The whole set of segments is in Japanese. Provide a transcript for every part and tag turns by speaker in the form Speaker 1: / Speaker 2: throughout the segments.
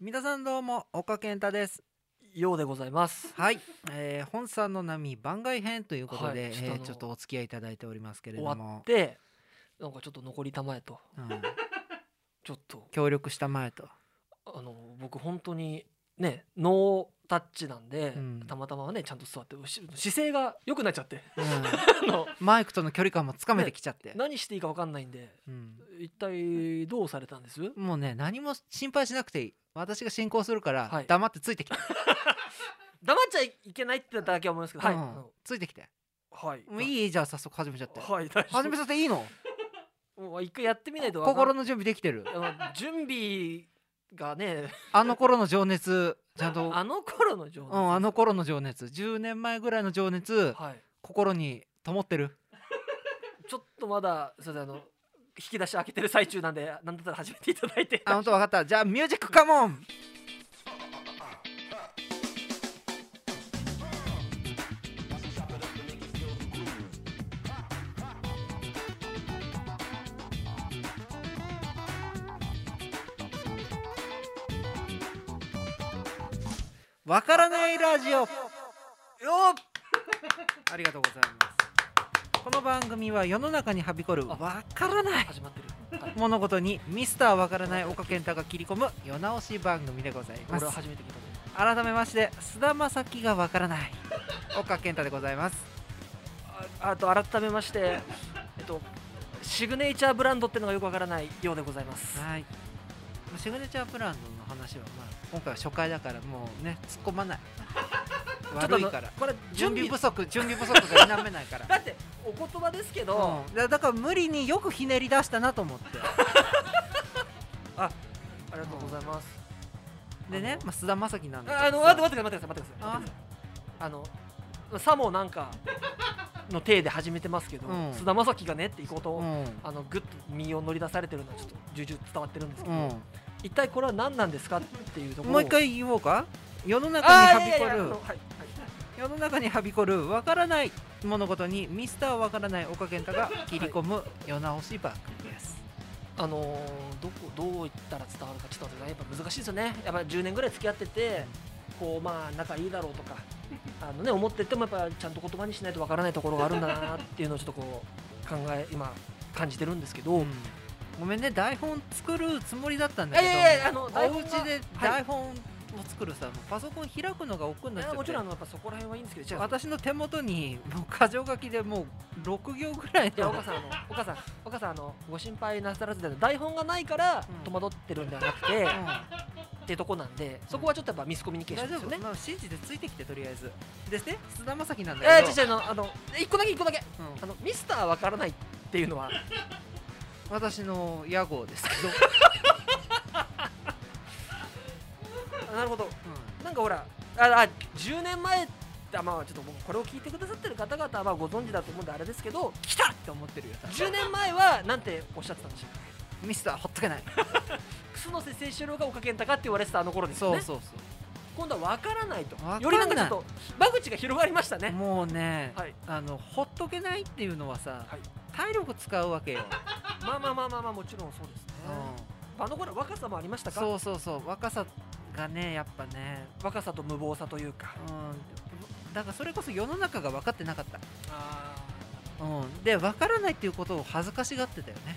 Speaker 1: 皆さんどうも岡健太です
Speaker 2: ようでございます。
Speaker 1: はい、えー、本さんの波番外編ということで、
Speaker 2: はい
Speaker 1: え
Speaker 2: 下の
Speaker 1: ーちょっとお付き合いいただいておりますけれ
Speaker 2: 終
Speaker 1: ど
Speaker 2: わっ
Speaker 1: も、
Speaker 2: て、なんかちょっと残りたまえと、
Speaker 1: うん、
Speaker 2: ちょっと、
Speaker 1: 協力したまえと
Speaker 2: あの、僕本当にね、ノータッチなんで、
Speaker 1: うん
Speaker 2: たまたまね、ちゃんと座って、し姿勢が良くなっちゃって、
Speaker 1: うん
Speaker 2: あの、
Speaker 1: マイクとの距離感もつかめてきちゃ って、
Speaker 2: 何していいか分かんないんで、
Speaker 1: うん、
Speaker 2: 一体どうされたんです
Speaker 1: もうね何も心配しなくていい私が進行するから、
Speaker 2: はい
Speaker 1: 黙ってついてきて、
Speaker 2: 黙っちゃいけないってだけは思いますけど、はい。
Speaker 1: う
Speaker 2: あ
Speaker 1: ん
Speaker 2: の
Speaker 1: ついてきて
Speaker 2: はい。
Speaker 1: もういいじゃあ早速始めちゃって
Speaker 2: はい、大丈
Speaker 1: 始め
Speaker 2: 夫。
Speaker 1: させていいの
Speaker 2: もう一回やってみないと分かん
Speaker 1: 心の準備できてる
Speaker 2: あの準備がね、
Speaker 1: あの頃の情熱ちゃんと
Speaker 2: あの頃の状
Speaker 1: う
Speaker 2: 態。
Speaker 1: ん、あの頃の情熱10年前ぐらいの情熱、
Speaker 2: はい。
Speaker 1: 心に灯ってる
Speaker 2: ちょっとまだすいませんあの引き出し開けてる最中なんで何だったら始めていただいて
Speaker 1: あ本当分かったじゃあミュージックカモンわからないラジオ
Speaker 2: よ
Speaker 1: ありがとうございますこの番組は世の中にはびこる
Speaker 2: あ
Speaker 1: わからない
Speaker 2: っ始まってる、はい、
Speaker 1: 物事にミスターわからない岡健太が切り込む世直し番組でございま
Speaker 2: 俺
Speaker 1: す
Speaker 2: は初めて聞いた
Speaker 1: 改めまして菅田将暉がわからない岡健太でございます
Speaker 2: ああと改めましてえっとシグネイチャーブランドってのがよくわからないようでございます
Speaker 1: はいまあシグネチャープランドの話は、まあ、今回は初回だからもうね突っ込まない
Speaker 2: ちょっとあ
Speaker 1: 悪い
Speaker 2: の
Speaker 1: から
Speaker 2: これ準
Speaker 1: 準備
Speaker 2: 備
Speaker 1: 不足準備不足が否めない から
Speaker 2: だってお言葉ですけど、
Speaker 1: うんだだから無理によくひねり出したなと思って
Speaker 2: ありがとうございます、
Speaker 1: でね、まあ、菅田将暉なんだ
Speaker 2: ああ
Speaker 1: けど
Speaker 2: の
Speaker 1: さ
Speaker 2: 待って待ってください待ってください
Speaker 1: あ
Speaker 2: 待ってくださいあのさもなんかの体で始めてますけど
Speaker 1: うん
Speaker 2: 菅、田将暉がねっていこうと、
Speaker 1: うん
Speaker 2: あのグッと身を乗り出されてるのはちょっと重々伝わってるんですけど、
Speaker 1: うん
Speaker 2: 一体これは何なんですかっていうところを
Speaker 1: もう一回言おうか世の中
Speaker 2: あ
Speaker 1: には
Speaker 2: ー
Speaker 1: いび
Speaker 2: やい
Speaker 1: こ
Speaker 2: やいやあ
Speaker 1: る
Speaker 2: のはいはい
Speaker 1: 世の中にはびこるわからない物事にミスターわからない岡健太が切り込む世直し番組です、
Speaker 2: あのーどこどう言ったら伝わるかちょっと待ってくださいやっぱ難しいですよねやっぱ10年ぐらい付き合っててこうまあ仲いいだろうとかあのね思っててもやっぱちゃんと言葉にしないとわからないところがあるんだなっていうのをちょっとこう考え今感じてるんですけど、
Speaker 1: うんごめんね台本作るつもりだったん
Speaker 2: い
Speaker 1: だ
Speaker 2: や
Speaker 1: け
Speaker 2: い
Speaker 1: ど
Speaker 2: やいやあの台
Speaker 1: お
Speaker 2: 本
Speaker 1: 家
Speaker 2: は
Speaker 1: で
Speaker 2: はい
Speaker 1: 台本を作るさ、もうパソコン開くのが億劫に
Speaker 2: い
Speaker 1: なっちゃっ
Speaker 2: や
Speaker 1: て
Speaker 2: もちろんあのやっぱそこら辺はいいんですけどじゃあ
Speaker 1: 私の手元にもう箇条書きでもう6行ぐらい
Speaker 2: いや
Speaker 1: の
Speaker 2: 岡さんあの岡さん岡さんあのご心配なさらずで台本がないから
Speaker 1: うん
Speaker 2: 戸惑ってるんではなくて、
Speaker 1: う
Speaker 2: っ
Speaker 1: ん
Speaker 2: てとこなんでそこはちょっとやっぱミスコミュニケーショ
Speaker 1: 大
Speaker 2: ン
Speaker 1: 丈
Speaker 2: ですよ
Speaker 1: 夫、
Speaker 2: ね。
Speaker 1: まあ、信じてついてきてとりあえずですね菅田将暉なん
Speaker 2: え
Speaker 1: だ
Speaker 2: ー、
Speaker 1: け
Speaker 2: ち
Speaker 1: ど、
Speaker 2: ょちょあのあのえ一個だけ一個だけ
Speaker 1: うん
Speaker 2: あのミスターわからないっていうのは
Speaker 1: 私の屋号ですけど、
Speaker 2: あなるほど
Speaker 1: うん
Speaker 2: なんかほらああ10年前ってまあちょっと僕これを聞いてくださってる方々はまあご存知だと思うんであれですけど
Speaker 1: 来たって思ってるよ多分
Speaker 2: 10年前はなんておっしゃってたんでしょうか
Speaker 1: ミスターほっとけない
Speaker 2: 楠瀬誠志郎が岡健太かって言われてたあの頃ですよ
Speaker 1: そう
Speaker 2: ね
Speaker 1: そう
Speaker 2: 今度はわからないと
Speaker 1: わからない
Speaker 2: よりなんかちょっと間口が広がりました
Speaker 1: そう
Speaker 2: ね
Speaker 1: もうね、
Speaker 2: はい
Speaker 1: あのほっとけないっていうのはさ、
Speaker 2: はい
Speaker 1: 体力使うわけよ、
Speaker 2: まあまあまあまあまあもちろんそうですね
Speaker 1: う
Speaker 2: あの頃は若さもありました
Speaker 1: ん、
Speaker 2: か
Speaker 1: そうそうそう若さがねやっぱね
Speaker 2: 若さと無謀さというか
Speaker 1: うんだからそれこそ世の中が分かってなかった、
Speaker 2: あ
Speaker 1: うん、で分からないっていうことを恥ずかしがってたよね、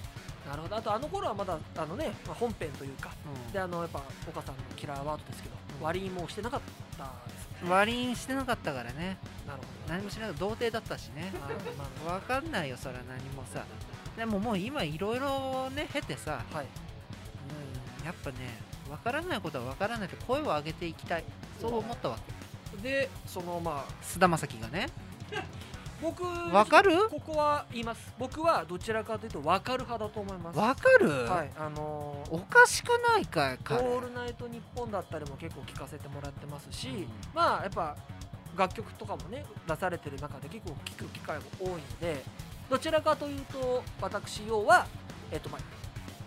Speaker 2: なるほどあとあの頃はまだあのね、まあ、本編というかで
Speaker 1: う
Speaker 2: あのやっぱ岡さんのキラーワードですけど、
Speaker 1: うん
Speaker 2: 割りもしてなかったですね
Speaker 1: ん、割りしてなかったからね
Speaker 2: なるほど
Speaker 1: 何もしない童貞だったしね
Speaker 2: あーま
Speaker 1: 分かんないよそら何もさでももう今いろいろね経てさ
Speaker 2: あはい
Speaker 1: うんやっぱね分からないことは分からないって声を上げていきたいそう思ったわけ
Speaker 2: でそのまあ
Speaker 1: 菅田将暉がね
Speaker 2: 僕わ
Speaker 1: 分かる
Speaker 2: ここは言います僕はどちらかというと分かる派だと思います
Speaker 1: 分かる、
Speaker 2: はいあのー
Speaker 1: おかしくないかい
Speaker 2: 「オ
Speaker 1: 彼
Speaker 2: ールナイトニッポン」だったりも結構聞かせてもらってますし、
Speaker 1: うん
Speaker 2: まあやっぱ楽曲とかもね出されてる中で結構聴く機会も多いのでどちらかというと私要はえっとまあ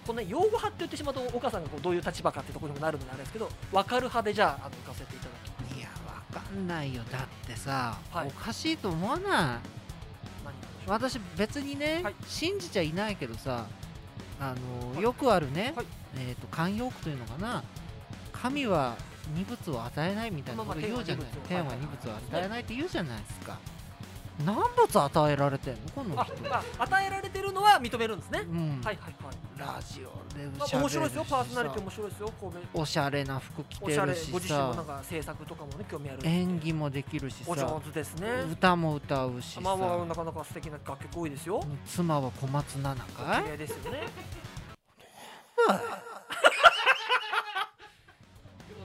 Speaker 2: このね用語派って言ってしまうと岡さんがこうどういう立場かってところにもなるのであれですけど分かる派でじゃああの行かせていただきます
Speaker 1: いや分かんないよだってさ、
Speaker 2: はい
Speaker 1: おかしいと思わない
Speaker 2: 何がでし
Speaker 1: 私
Speaker 2: ょう
Speaker 1: 別にね、
Speaker 2: はい
Speaker 1: 信じちゃいないけどさあの、
Speaker 2: はい
Speaker 1: よくあるね、
Speaker 2: はい
Speaker 1: えっ、と慣用句というのかな神は二物を与えないみたいなこと言うじゃない
Speaker 2: まあまあ
Speaker 1: 天は二物を与えないって言うじゃないですか何物与えられてんのこの
Speaker 2: あ
Speaker 1: 人
Speaker 2: あ与えられてるのは認めるんですね、
Speaker 1: うん
Speaker 2: はいはいはい
Speaker 1: ラジオで
Speaker 2: ま
Speaker 1: し
Speaker 2: あ、
Speaker 1: ゃべ
Speaker 2: 面
Speaker 1: るし
Speaker 2: 白いですよパーソナリティ
Speaker 1: さ
Speaker 2: 面白いですよ神戸
Speaker 1: おしゃれな服着
Speaker 2: お
Speaker 1: て
Speaker 2: しゃれ
Speaker 1: るし
Speaker 2: ご自身のなん
Speaker 1: さ
Speaker 2: か制作とかもね興味ある
Speaker 1: 演技もできるし
Speaker 2: お上
Speaker 1: さ
Speaker 2: 手ですね
Speaker 1: 歌も歌うしさ
Speaker 2: まあまあなかなか素敵な楽曲多いですよ
Speaker 1: 妻は小松菜奈
Speaker 2: 綺
Speaker 1: かい
Speaker 2: 麗ですよね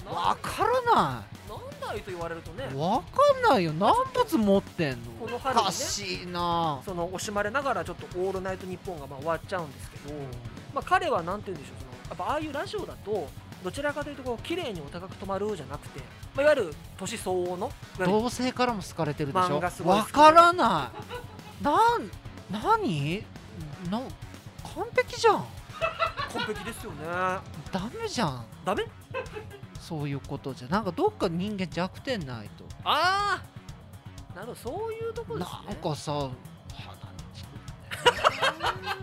Speaker 1: わからな
Speaker 2: 何台と言われるとね
Speaker 1: いわかんないよ何物持ってん
Speaker 2: こ
Speaker 1: の
Speaker 2: の
Speaker 1: お
Speaker 2: 春にね
Speaker 1: かしいな
Speaker 2: その惜しまれながらちょっと「オールナイトニッポン」がまあ終わっちゃうんですけど、まあ、彼はなんて言うんでしょうそのやっぱああいうラジオだとどちらかというとこう綺麗にお高く止まるじゃなくて、まあ、いわゆる年相応のいわゆる
Speaker 1: 同性からも好かれてるでし
Speaker 2: 漫画す
Speaker 1: ょ
Speaker 2: ごい
Speaker 1: わ
Speaker 2: 好きで
Speaker 1: からないなん何な完璧じゃん
Speaker 2: 完璧ですよね
Speaker 1: ダメじゃん
Speaker 2: ダメ
Speaker 1: そういうことじゃなんかどっか人間弱点ないと
Speaker 2: ああなるほどそういうところですね
Speaker 1: なんかさ鼻につ くんだよね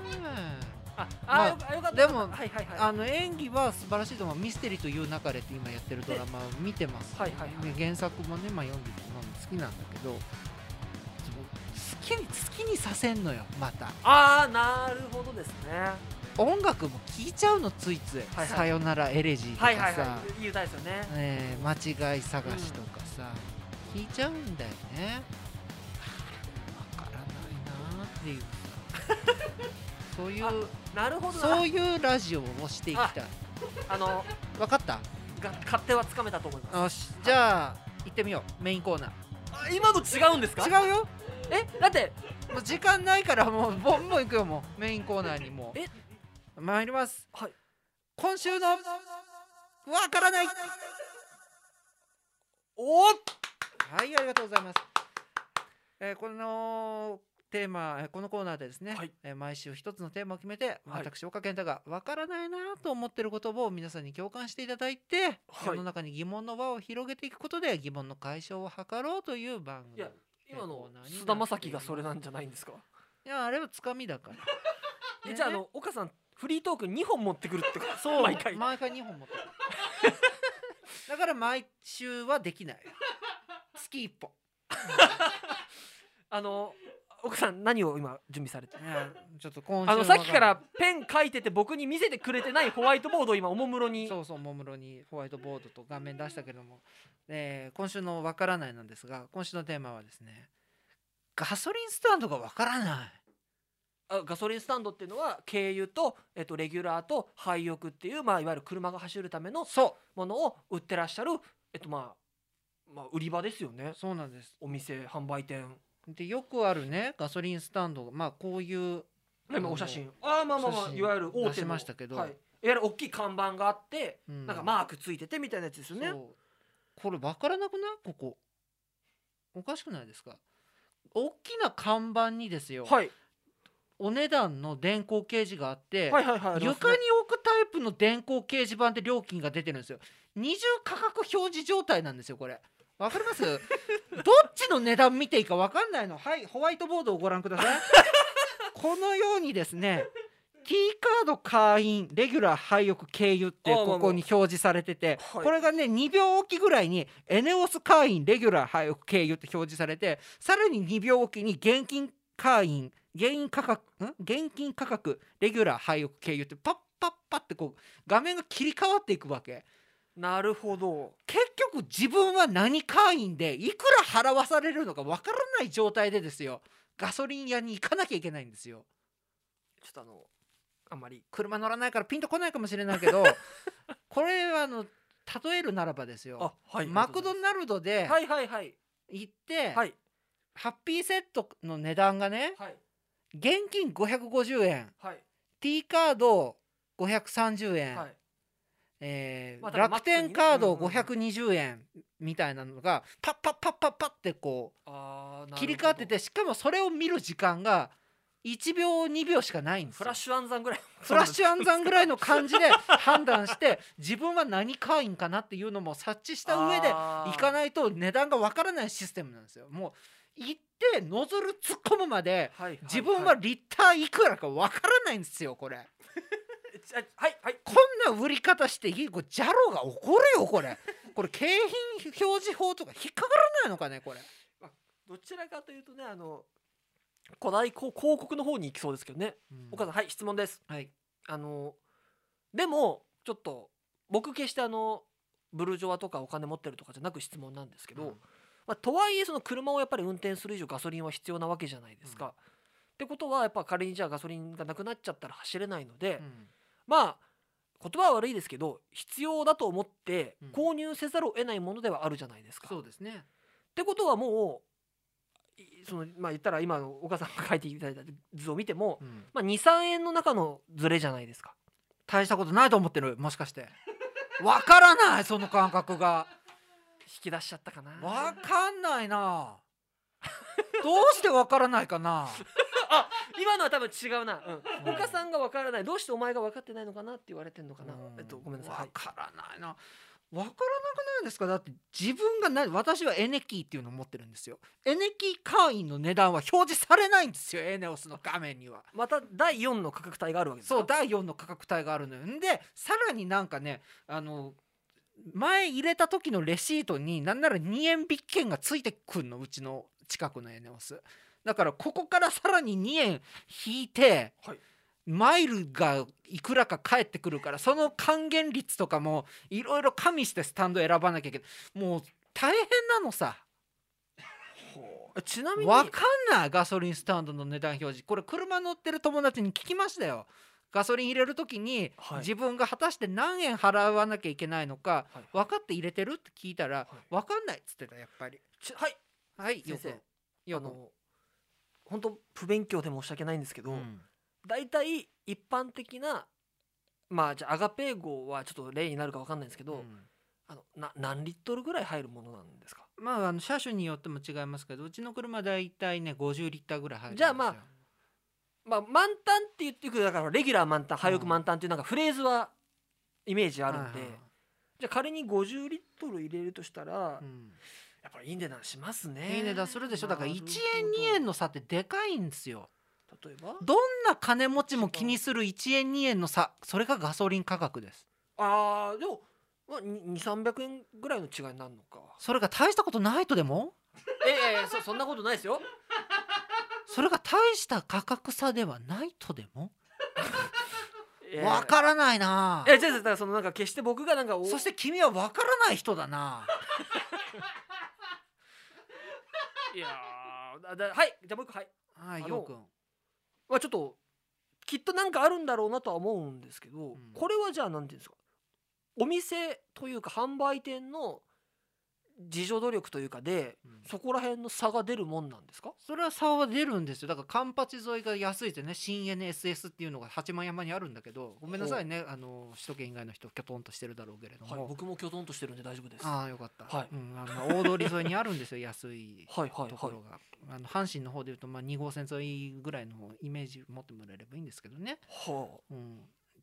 Speaker 2: あ
Speaker 1: まあ
Speaker 2: あ、よかあよかった
Speaker 1: でも
Speaker 2: よかったはいはいはい
Speaker 1: あの演技は素晴らしいと思うミステリーという流れって今やってるドラマを見てます、
Speaker 2: はいはいはい
Speaker 1: で原作もね、まあ、読んでるのも好きなんだけどその好きに好きにさせんのよまた
Speaker 2: ああなるほどですね
Speaker 1: 音楽も聴いちゃうのついつい「
Speaker 2: はいはい
Speaker 1: さよならエレジー」とかさ、
Speaker 2: はいはいはい言うたいですよね
Speaker 1: ねえ間違い探しとかさ、聴いちゃうんだよねわからないなっていうさ そういう
Speaker 2: なるほどな
Speaker 1: そういうラジオをしていきたい
Speaker 2: あの
Speaker 1: わかった
Speaker 2: が勝手はつかめたと思います
Speaker 1: よしじゃあ行ってみようメインコーナ
Speaker 2: あ今の違うんですか
Speaker 1: ー違うよ
Speaker 2: えだって
Speaker 1: もう時間ないからもうボンボン行くよもうメインコーナーにもう
Speaker 2: え
Speaker 1: 参ります
Speaker 2: はい
Speaker 1: 今週のわからない
Speaker 2: おー
Speaker 1: はいありがとうございます、えーこのテーマえーこのコーナーでですね、
Speaker 2: はい
Speaker 1: えー毎週一つのテーマを決めて、
Speaker 2: はい
Speaker 1: 私岡健太がわからないなと思ってることを皆さんに共感していただいて、
Speaker 2: はい
Speaker 1: 世の中に疑問の輪を広げていくことで疑問の解消を図ろうという番組
Speaker 2: いや今
Speaker 1: コ
Speaker 2: の
Speaker 1: ーナーになっています
Speaker 2: 菅田将暉がそれなんじゃないんですか
Speaker 1: いやあれはつかみだから
Speaker 2: え
Speaker 1: ね
Speaker 2: じゃああの岡さんフリートーク2本持ってくるってこと
Speaker 1: そう
Speaker 2: 毎回
Speaker 1: 毎回2本持っ てるだから毎週はできない月1本
Speaker 2: あの岡さん何を今準備されて
Speaker 1: いやちょっと今週
Speaker 2: あの
Speaker 1: は
Speaker 2: さっきからペン書いてて僕に見せてくれてないホワイトボードを今おもむろに
Speaker 1: そうそうもむろにホワイトボードと画面出したけども、えー今週の「わからない」なんですが今週のテーマはですねガソリンスタンドがわからない
Speaker 2: あガソリンスタンドっていうのは軽油と、えっと、レギュラーと廃浴っていう、まあ、いわゆる車が走るための
Speaker 1: そ
Speaker 2: ものを売ってらっしゃる、えっとまあまあ、売り場ですよね
Speaker 1: うそうなんです
Speaker 2: お店販売店
Speaker 1: でよくあるねガソリンスタンドまあこういう
Speaker 2: 今お写真ああまあまあま
Speaker 1: 写
Speaker 2: あ
Speaker 1: 真
Speaker 2: いわゆる大
Speaker 1: 出
Speaker 2: 手
Speaker 1: し
Speaker 2: の
Speaker 1: ましたけど
Speaker 2: はい、いわゆる大きい看板があって、
Speaker 1: うん
Speaker 2: なんかマークついててみたいなやつですよね
Speaker 1: そうこれ分からなくないここおかしくないですか大きな看板にですよ、
Speaker 2: はい、
Speaker 1: お値段の電光掲示があって、
Speaker 2: はいはいはいあります
Speaker 1: 床
Speaker 2: ね
Speaker 1: に置くタイプの電光掲示板で料金が出てるんですよ二重価格表示状態なんですよこれわかり ますどっちの値段見ていいかわかんないのはいホワイトボードをご覧くださいこのようにですね T カード会員レギュラー廃屋経由って
Speaker 2: ああまあまあ
Speaker 1: ここに表示されてて
Speaker 2: はい
Speaker 1: これがね2秒おきぐらいにエネオス会員レギュラー廃屋経由って表示されてさらに2秒おきに現金会員原因価格ん現金価格レギュラー廃屋経由ってパッパッパってこう画面が切り替わっていくわけ
Speaker 2: なるほど
Speaker 1: 結局自分は何会員でいくら払わされるのかわからない状態でですよガソリン屋に行かなきゃいけないんですよ
Speaker 2: ちょっとあのあんまり
Speaker 1: 車乗らないからピンとこないかもしれないけ どこれはあの例えるならばですよ
Speaker 2: は
Speaker 1: マクドナルドで
Speaker 2: はいはいはい
Speaker 1: 行って、
Speaker 2: はい
Speaker 1: ハッピーセットの値段がね
Speaker 2: はい
Speaker 1: 現金550円
Speaker 2: はい
Speaker 1: T カード530円、
Speaker 2: はい
Speaker 1: えー
Speaker 2: まあ多分
Speaker 1: 楽天カード
Speaker 2: マック
Speaker 1: 520円みたいなのがパッパッパッパッパッってこ
Speaker 2: あーなるほ
Speaker 1: う
Speaker 2: ど
Speaker 1: 切り替わっててしかもそれを見る時間が1秒2秒しかないんです
Speaker 2: フ
Speaker 1: よ
Speaker 2: ラッシュ暗算ぐらい
Speaker 1: フラッシュ暗算ぐらいの感じで判断して自分は何会員かなっていうのも察知した上で行
Speaker 2: 行
Speaker 1: か
Speaker 2: い
Speaker 1: ないと値段がわからないシステムなんですよ。もう行ってノズル突っ込むまで自分はリッターいくらかわからないんですよこれ。
Speaker 2: あはいはい
Speaker 1: こんな売り方していいこれジャロが怒るよこ れこれ景品表示法とか引っかからないのかねこれ
Speaker 2: どちらかというとねあの古代広広告の方に行きそうですけどね、お母さんはい質問です
Speaker 1: はい
Speaker 2: あのでもちょっと僕決してあのブルジョワとかお金持ってるとかじゃなく質問なんですけど、
Speaker 1: うん
Speaker 2: まあ、とはいえその車をやっぱり運転する以上ガソリンは必要なわけじゃないですか。
Speaker 1: うん
Speaker 2: ってことはやっぱ仮にじゃあガソリンがなくなっちゃったら走れないので、
Speaker 1: うん
Speaker 2: まあ言葉は悪いですけど必要だと思って
Speaker 1: うん
Speaker 2: 購入せざるを得ないものではあるじゃないですか。
Speaker 1: そうですね
Speaker 2: ってことはもういそのまあ言ったら今の岡さんが書いていただいた図を見ても、
Speaker 1: うん
Speaker 2: まあ、23円の中のズレじゃないですか。
Speaker 1: 大したことないと思ってるもしかしてわからないその感覚が
Speaker 2: 引き出しちゃったかな。
Speaker 1: わかんないなどうしてわからないかな
Speaker 2: 今のは多分違うな、う、
Speaker 1: うんん
Speaker 2: 岡さんが分からないどうしてお前が分かってないのかなって言われてんのかな、
Speaker 1: うん
Speaker 2: えっとごめんなさい、は
Speaker 1: わ
Speaker 2: い、
Speaker 1: からないなわからなくないですかだって自分がな私はエネキーっていうのを持ってるんですよエネキー会員の値段は表示されないんですよエネオスの画面には
Speaker 2: また第4の価格帯があるわけですか
Speaker 1: そう第4の価格帯があるのよんでさらになんかねあの前入れた時のレシートになんなら2円引き券がついてくんのうちの近くのエネオスだからここからさらに2円引いて、
Speaker 2: はい
Speaker 1: マイルがいくらか返ってくるからその還元率とかもいろいろ加味してスタンド選ばなきゃいけないもう大変なのさ
Speaker 2: えちなみに
Speaker 1: わかんないガソリンスタンドの値段表示これ車乗ってる友達に聞きましたよガソリン入れる時に
Speaker 2: はい
Speaker 1: 自分が果たして何円払わなきゃいけないのか
Speaker 2: はい
Speaker 1: 分かって入れてるって聞いたら
Speaker 2: い
Speaker 1: 分かんないっつってたやっぱり
Speaker 2: ちはい
Speaker 1: はい
Speaker 2: 先生
Speaker 1: よく
Speaker 2: あ
Speaker 1: よく
Speaker 2: の本当不勉強で申し訳ないんですけど、
Speaker 1: うん
Speaker 2: 大体一般的なまあじゃあアガペー号はちょっと例になるか分かんないんですけど、
Speaker 1: うん
Speaker 2: あのな何リットルぐらい入るものなんですか
Speaker 1: まああの車種によっても違いますけどうちの車だいたいね50リッターぐらい入るんです
Speaker 2: じ
Speaker 1: よ
Speaker 2: ゃあまあまあ満タンって言ってくるだからレギュラー満タン廃屋満タンっていうなんかフレーズはイメージあるんで、
Speaker 1: はいはい
Speaker 2: じゃあ仮に50リットル入れるとしたら、
Speaker 1: うん
Speaker 2: やっぱりいい値段しますね。
Speaker 1: いい値段するでしょだから1
Speaker 2: な
Speaker 1: 円
Speaker 2: るほど
Speaker 1: 2円の差ってでかいんですよ
Speaker 2: 例えば
Speaker 1: どんな金持ちも気にする1円2円の差それがガソリン価格です
Speaker 2: ああでも、まあ、2 3 0 0円ぐらいの違いになるの か。
Speaker 1: それが大したことないとでも
Speaker 2: ええそそんなことないですよ。
Speaker 1: それが大した価格差ではないとでも
Speaker 2: ええ
Speaker 1: わからないな
Speaker 2: えじゃあだからそのなんか決して僕がなんかお
Speaker 1: そして君はわからない人だない
Speaker 2: やーだだはいじゃあもう一個はい、
Speaker 1: はい
Speaker 2: あの
Speaker 1: よくん
Speaker 2: まあ、ちょっときっとなんかあるんだろうなとは思うんですけど、
Speaker 1: ん
Speaker 2: これはじゃあなんていうんですかお店というか販売店の自助努力というかでそこら辺の差が出るもんなんですか
Speaker 1: それは差は出るんですよだからカンパチ沿いが安いってね新 NSS っていうのが八幡山にあるんだけどごめんなさいねあの首都圏以外の人きょとんとしてるだろうけれど
Speaker 2: はい、
Speaker 1: も、
Speaker 2: 僕もきょとんとしてるんで大丈夫です。は
Speaker 1: ああよかった、
Speaker 2: はい
Speaker 1: うん、あの大通り沿いにあるんですよ安い
Speaker 2: いはい
Speaker 1: ところ
Speaker 2: は
Speaker 1: が、あの阪神の方でいうと、まあ、2号線沿いぐらいのイメージ持ってもらえればいいんですけどね、
Speaker 2: い。は
Speaker 1: うん、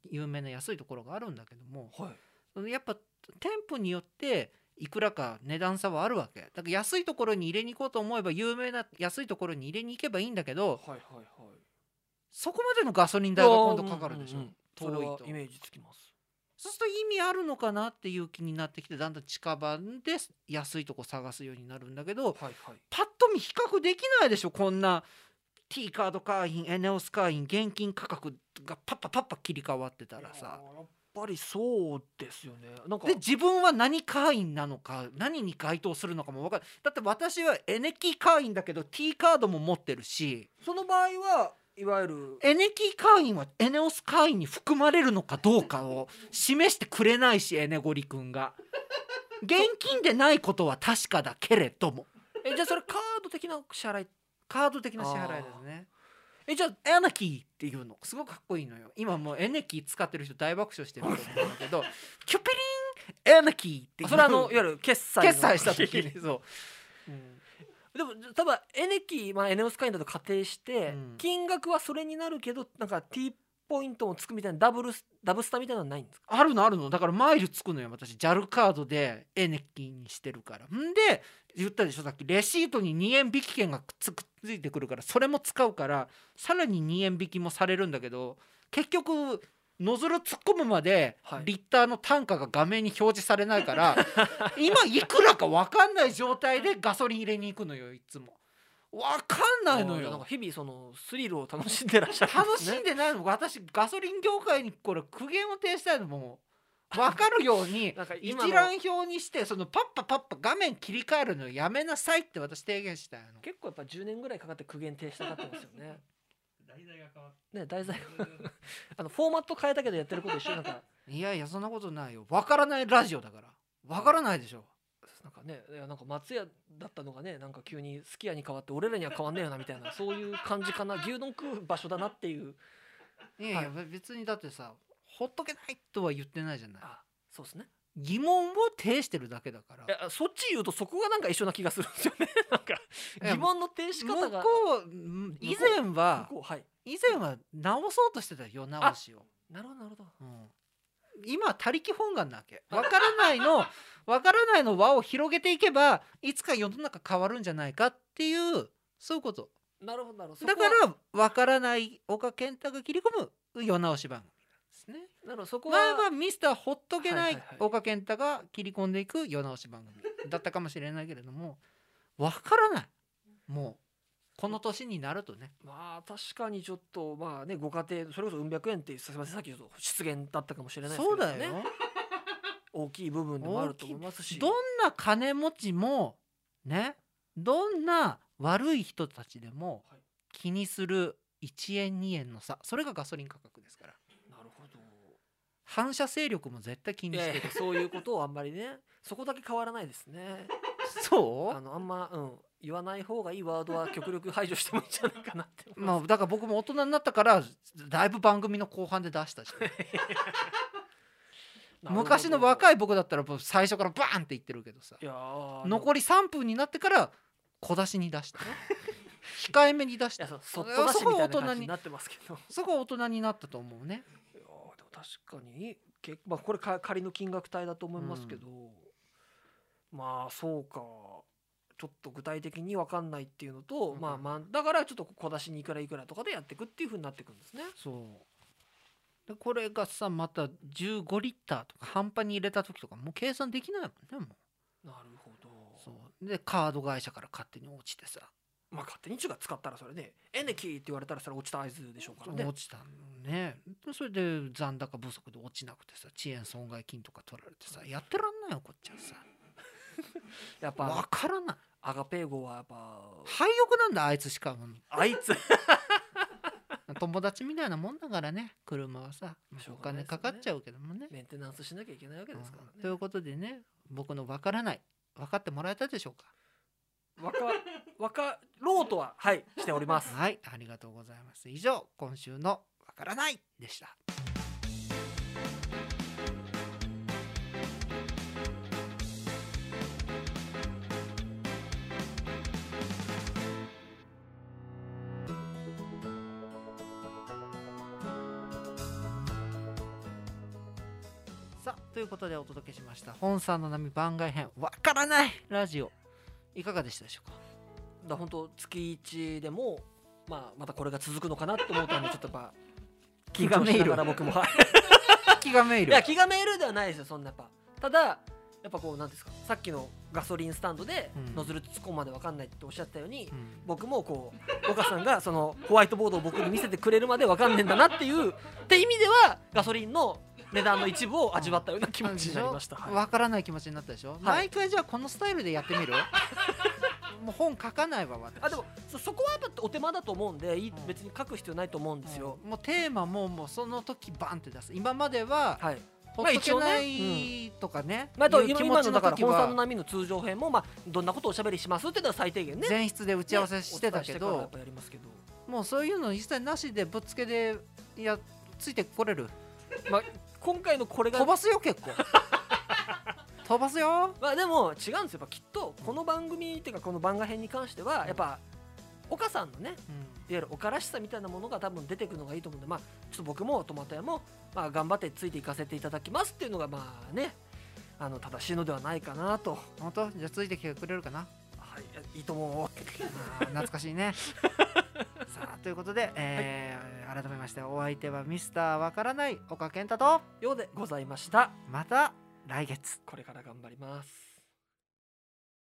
Speaker 1: 有名な安いところがあるんだけども
Speaker 2: あ。はい。
Speaker 1: そのやっぱ店舗によっていくらか値段差はあるわけだから安いところに入れに行こうと思えば有名な安いところに入れに行けばいいんだけど
Speaker 2: はいはいはい。
Speaker 1: そこまでのガソリン代が今度かかるでしょ、
Speaker 2: うんうんうん
Speaker 1: 遠いと
Speaker 2: それはイメージつきます。
Speaker 1: そうすると意味あるのかなっていう気になってきてだんだん近場で安いとこ探すようになるんだけど
Speaker 2: はいはい。
Speaker 1: パッと見比較できないでしょこんな T カード会員エネオス会員現金価格がパッパパッパ切り替わってたらさ
Speaker 2: いやーやっぱりそうですよね。なんか
Speaker 1: で自分は何会員なのか何に該当するのかも分かるだって私はエネキ会員だけど T カードも持ってるし
Speaker 2: その場合はいわゆる
Speaker 1: エネキ会員はエネオス会員に含まれるのかどうかを示してくれないしエネゴリ君が現金でないことは確かだけれども
Speaker 2: えじゃあそれカード的な支払い
Speaker 1: カード的な支払いですねえじゃあエネキーっていうのすごくかっこいいのよ今もうエネキー使ってる人大爆笑してると思うんだけどキュピリンエネキーっていう
Speaker 2: それはあのいわゆる決済の
Speaker 1: 決済した時 にそう
Speaker 2: でも多分エネキまあエネオス会員だと仮定して、
Speaker 1: うん
Speaker 2: 金額はそれになるけどなんか T ポイントもつくみたいなダブルスダブスタみたいなのはないんですか
Speaker 1: あるのあるのだからマイルつくのよ私 JAL カードでエネキーにしてるからんで言ったでしょさっきレシートに2円引き券がくっつくっついてくるからそれも使うからさらに2円引きもされるんだけど結局ノズル突っ込むまで
Speaker 2: はい
Speaker 1: リッターの単価が画面に表示されないから 今いくらか分かんない状態でガソリン入れに行くのよいつも分かんないの
Speaker 2: なんか
Speaker 1: よ
Speaker 2: 日々そのスリルを楽しんでらっしゃるんで
Speaker 1: 楽
Speaker 2: す
Speaker 1: し
Speaker 2: ね
Speaker 1: んでないの私ガソリン業界にこれ苦言を呈したいのもう分かるように
Speaker 2: なんか
Speaker 1: 一
Speaker 2: 今の
Speaker 1: 覧表にしてそのパッパパッパ画面切り替えるのやめなさいって私提言したいの
Speaker 2: 結構やっぱ10年ぐらいかかって苦言呈したかったんですよね。
Speaker 3: 題材が変わっ
Speaker 2: ね題材
Speaker 3: てる
Speaker 2: あのフォーマット変えたけどやってること一緒なんか
Speaker 1: いやいやそんなことないよ分からないラジオだから分からないでしょ
Speaker 2: なんかねいやなんか松屋だったのがねなんか急にすき家に変わって俺らには変わんねえよなみたいなそういう感じかな牛丼食う場所だなっていう
Speaker 1: いやいや、別にだってさほっとけないとは言ってないじゃない
Speaker 2: あそうですね
Speaker 1: 疑問を呈してるだけだから
Speaker 2: いやそっち言うとそこがなんか一緒な気がするんですよね なんか疑問の呈し
Speaker 1: 向
Speaker 2: 方が
Speaker 1: こううん以前は
Speaker 2: 向こうはい
Speaker 1: 以前は直そうとしてたよ直しを、
Speaker 2: なるほどなるほど
Speaker 1: うん、今は他力本願なわけ分からない の分からないの輪を広げていけばいつか世の中変わるんじゃないかっていうそういうこと
Speaker 2: なるほどなるほど
Speaker 1: だから分からない岡健太が切り込む世直し番組なんですね
Speaker 2: なるほどそこは
Speaker 1: 前はミスターほっとけな
Speaker 2: は
Speaker 1: い
Speaker 2: いはいはい
Speaker 1: 岡健太が切り込んでいく世直し番組だったかもしれないけれどもわからないもうこの年になるとね
Speaker 2: まあ確かにちょっとまあねご家庭それこそうん百円ってすみませんさっきちょっと失言だったかもしれないですけ
Speaker 1: そ
Speaker 2: ど
Speaker 1: うだ
Speaker 2: ね
Speaker 1: よ
Speaker 2: 大きい部分でもあると思いますし
Speaker 1: どんな金持ちもねどんな悪い人たちでも
Speaker 2: はい
Speaker 1: 気にする1円2円の差それがガソリン価格ですから
Speaker 2: なるほど
Speaker 1: 反射勢力も絶対気
Speaker 2: い
Speaker 1: にし
Speaker 2: や
Speaker 1: て
Speaker 2: いや
Speaker 1: る
Speaker 2: そういうことをあんまり ねそこだけ変わらないですね
Speaker 1: そ
Speaker 2: あのあんま、うん、言わない方がいいワードは極力排除してもいいんじゃないかなって
Speaker 1: うまあだから僕も大人になったからだいぶ番組の後半で出 したし昔の
Speaker 2: い
Speaker 1: 若い僕だったらもう最初からバーンって言ってるけどさ
Speaker 2: いやー
Speaker 1: 残り3分になってから小出しに出した 控えめに出し
Speaker 2: いや
Speaker 1: た
Speaker 2: そうそっと出しみたいな感じになってますけどい
Speaker 1: そこは大人になったと思うね
Speaker 2: やーでも確かにけ、まあ、これか仮の金額帯だと思いますけど、まあそうかちょっと具体的に分かんないっていうのと、
Speaker 1: うん
Speaker 2: まあまあだからちょっと小出しにいくらいくらとかでやっていくっていうふうになっていくんですね。
Speaker 1: そうでこれがさまた15リッターとか半端に入れた時とかもう計算できないもんねも
Speaker 2: なるほど
Speaker 1: うそうでカード会社から勝手に落ちてさ
Speaker 2: まあ勝手に中が使ったらそれね「えねき!」って言われたらそれ落ちた合図でしょうからね
Speaker 1: 落ちたのねでそれで残高不足で落ちなくてさ遅延損害金とか取られてさやってらんないよこっちはさ
Speaker 2: やっぱ
Speaker 1: わからない
Speaker 2: アガペー号はやっぱ
Speaker 1: 廃屋なんだあいつしかも
Speaker 2: あいつ
Speaker 1: 友達みたいなもんだからね車はさ
Speaker 2: しょ
Speaker 1: お
Speaker 2: うがな
Speaker 1: 金
Speaker 2: いですよね
Speaker 1: かかっちゃうけどもね。
Speaker 2: メンテナンスしなきゃいけないわけですか
Speaker 1: うんと
Speaker 2: ら
Speaker 1: い
Speaker 2: ね
Speaker 1: うことでね僕の分からない分かってもらえたでしょうか
Speaker 2: 若若ろうとははいしております
Speaker 1: はいありがとうございます以上今週の「分からない」でした。さあということでお届けしました本さんの波番外編わからないラジオいかがでしたでしょうか
Speaker 2: だから本当月1でもまあまたこれが続くのかなって思ったんでちょっとやっぱ
Speaker 1: 気
Speaker 2: 緊
Speaker 1: が
Speaker 2: 張
Speaker 1: めいる
Speaker 2: しながら僕もはい
Speaker 1: 気がめい
Speaker 2: い
Speaker 1: る
Speaker 2: や気がメールではないですよそんなやっぱただやっぱこうなんですかさっきのガソリンスタンドで
Speaker 1: うん
Speaker 2: ノズル突っ込むまで分かんないっておっしゃったよう
Speaker 1: う
Speaker 2: に
Speaker 1: ん
Speaker 2: 僕もこう岡さんがそのホワイトボードを僕に見せてくれるまで分かんねえんだなっていうって意味ではガソリンの値段の一部を味わったような気持ちになりました、はい
Speaker 1: わからない気持ちになったでしょ、毎回じゃあこのスタイルでやってみる もう本書かないわ私
Speaker 2: あでもそそこはやっぱお手間だと思うんでいい
Speaker 1: うん
Speaker 2: 別に書く必要ないと思うんですよ、
Speaker 1: もうテーマももうその時バンって出す今までは
Speaker 2: はい
Speaker 1: ほっと
Speaker 2: 一
Speaker 1: け
Speaker 2: 応ね
Speaker 1: ないとかね、
Speaker 2: まあ、あと
Speaker 1: いう
Speaker 2: 今
Speaker 1: 気
Speaker 2: 今
Speaker 1: 持
Speaker 2: の
Speaker 1: ち
Speaker 2: だ
Speaker 1: の
Speaker 2: から
Speaker 1: 時
Speaker 2: 本産
Speaker 1: は
Speaker 2: の波の通常編も、まあ、どんなことをおしゃべりしますっていうのは最低限ね
Speaker 1: 前室で打ち合わせしてたけ
Speaker 2: ねお伝えしてからや
Speaker 1: ど
Speaker 2: っぱやりますけど、
Speaker 1: もうそういうの一切なしでぶっつけでいやついてこれる
Speaker 2: まあ、今回のこれが
Speaker 1: 飛ばすよ結構 飛ばすよ
Speaker 2: まあでも違うんですよやっぱきっとこの番組っていうかこの番外編に関してはやっぱ岡さんのねいわゆるおからしさみたいなものが多分出てくるのがいいと思うんで、まあ、ちょっと僕もトマト屋も、まあ、頑張ってついていかせていただきますっていうのがまあねあの正しいのではないかなと、
Speaker 1: 本当じゃあついてきてくれるかな
Speaker 2: はい、いいと思う
Speaker 1: あー懐かしいねささあということで、えー改めましてお相手はミスターわからない岡健太と
Speaker 2: ようでございました
Speaker 1: また来月。
Speaker 2: これから頑張ります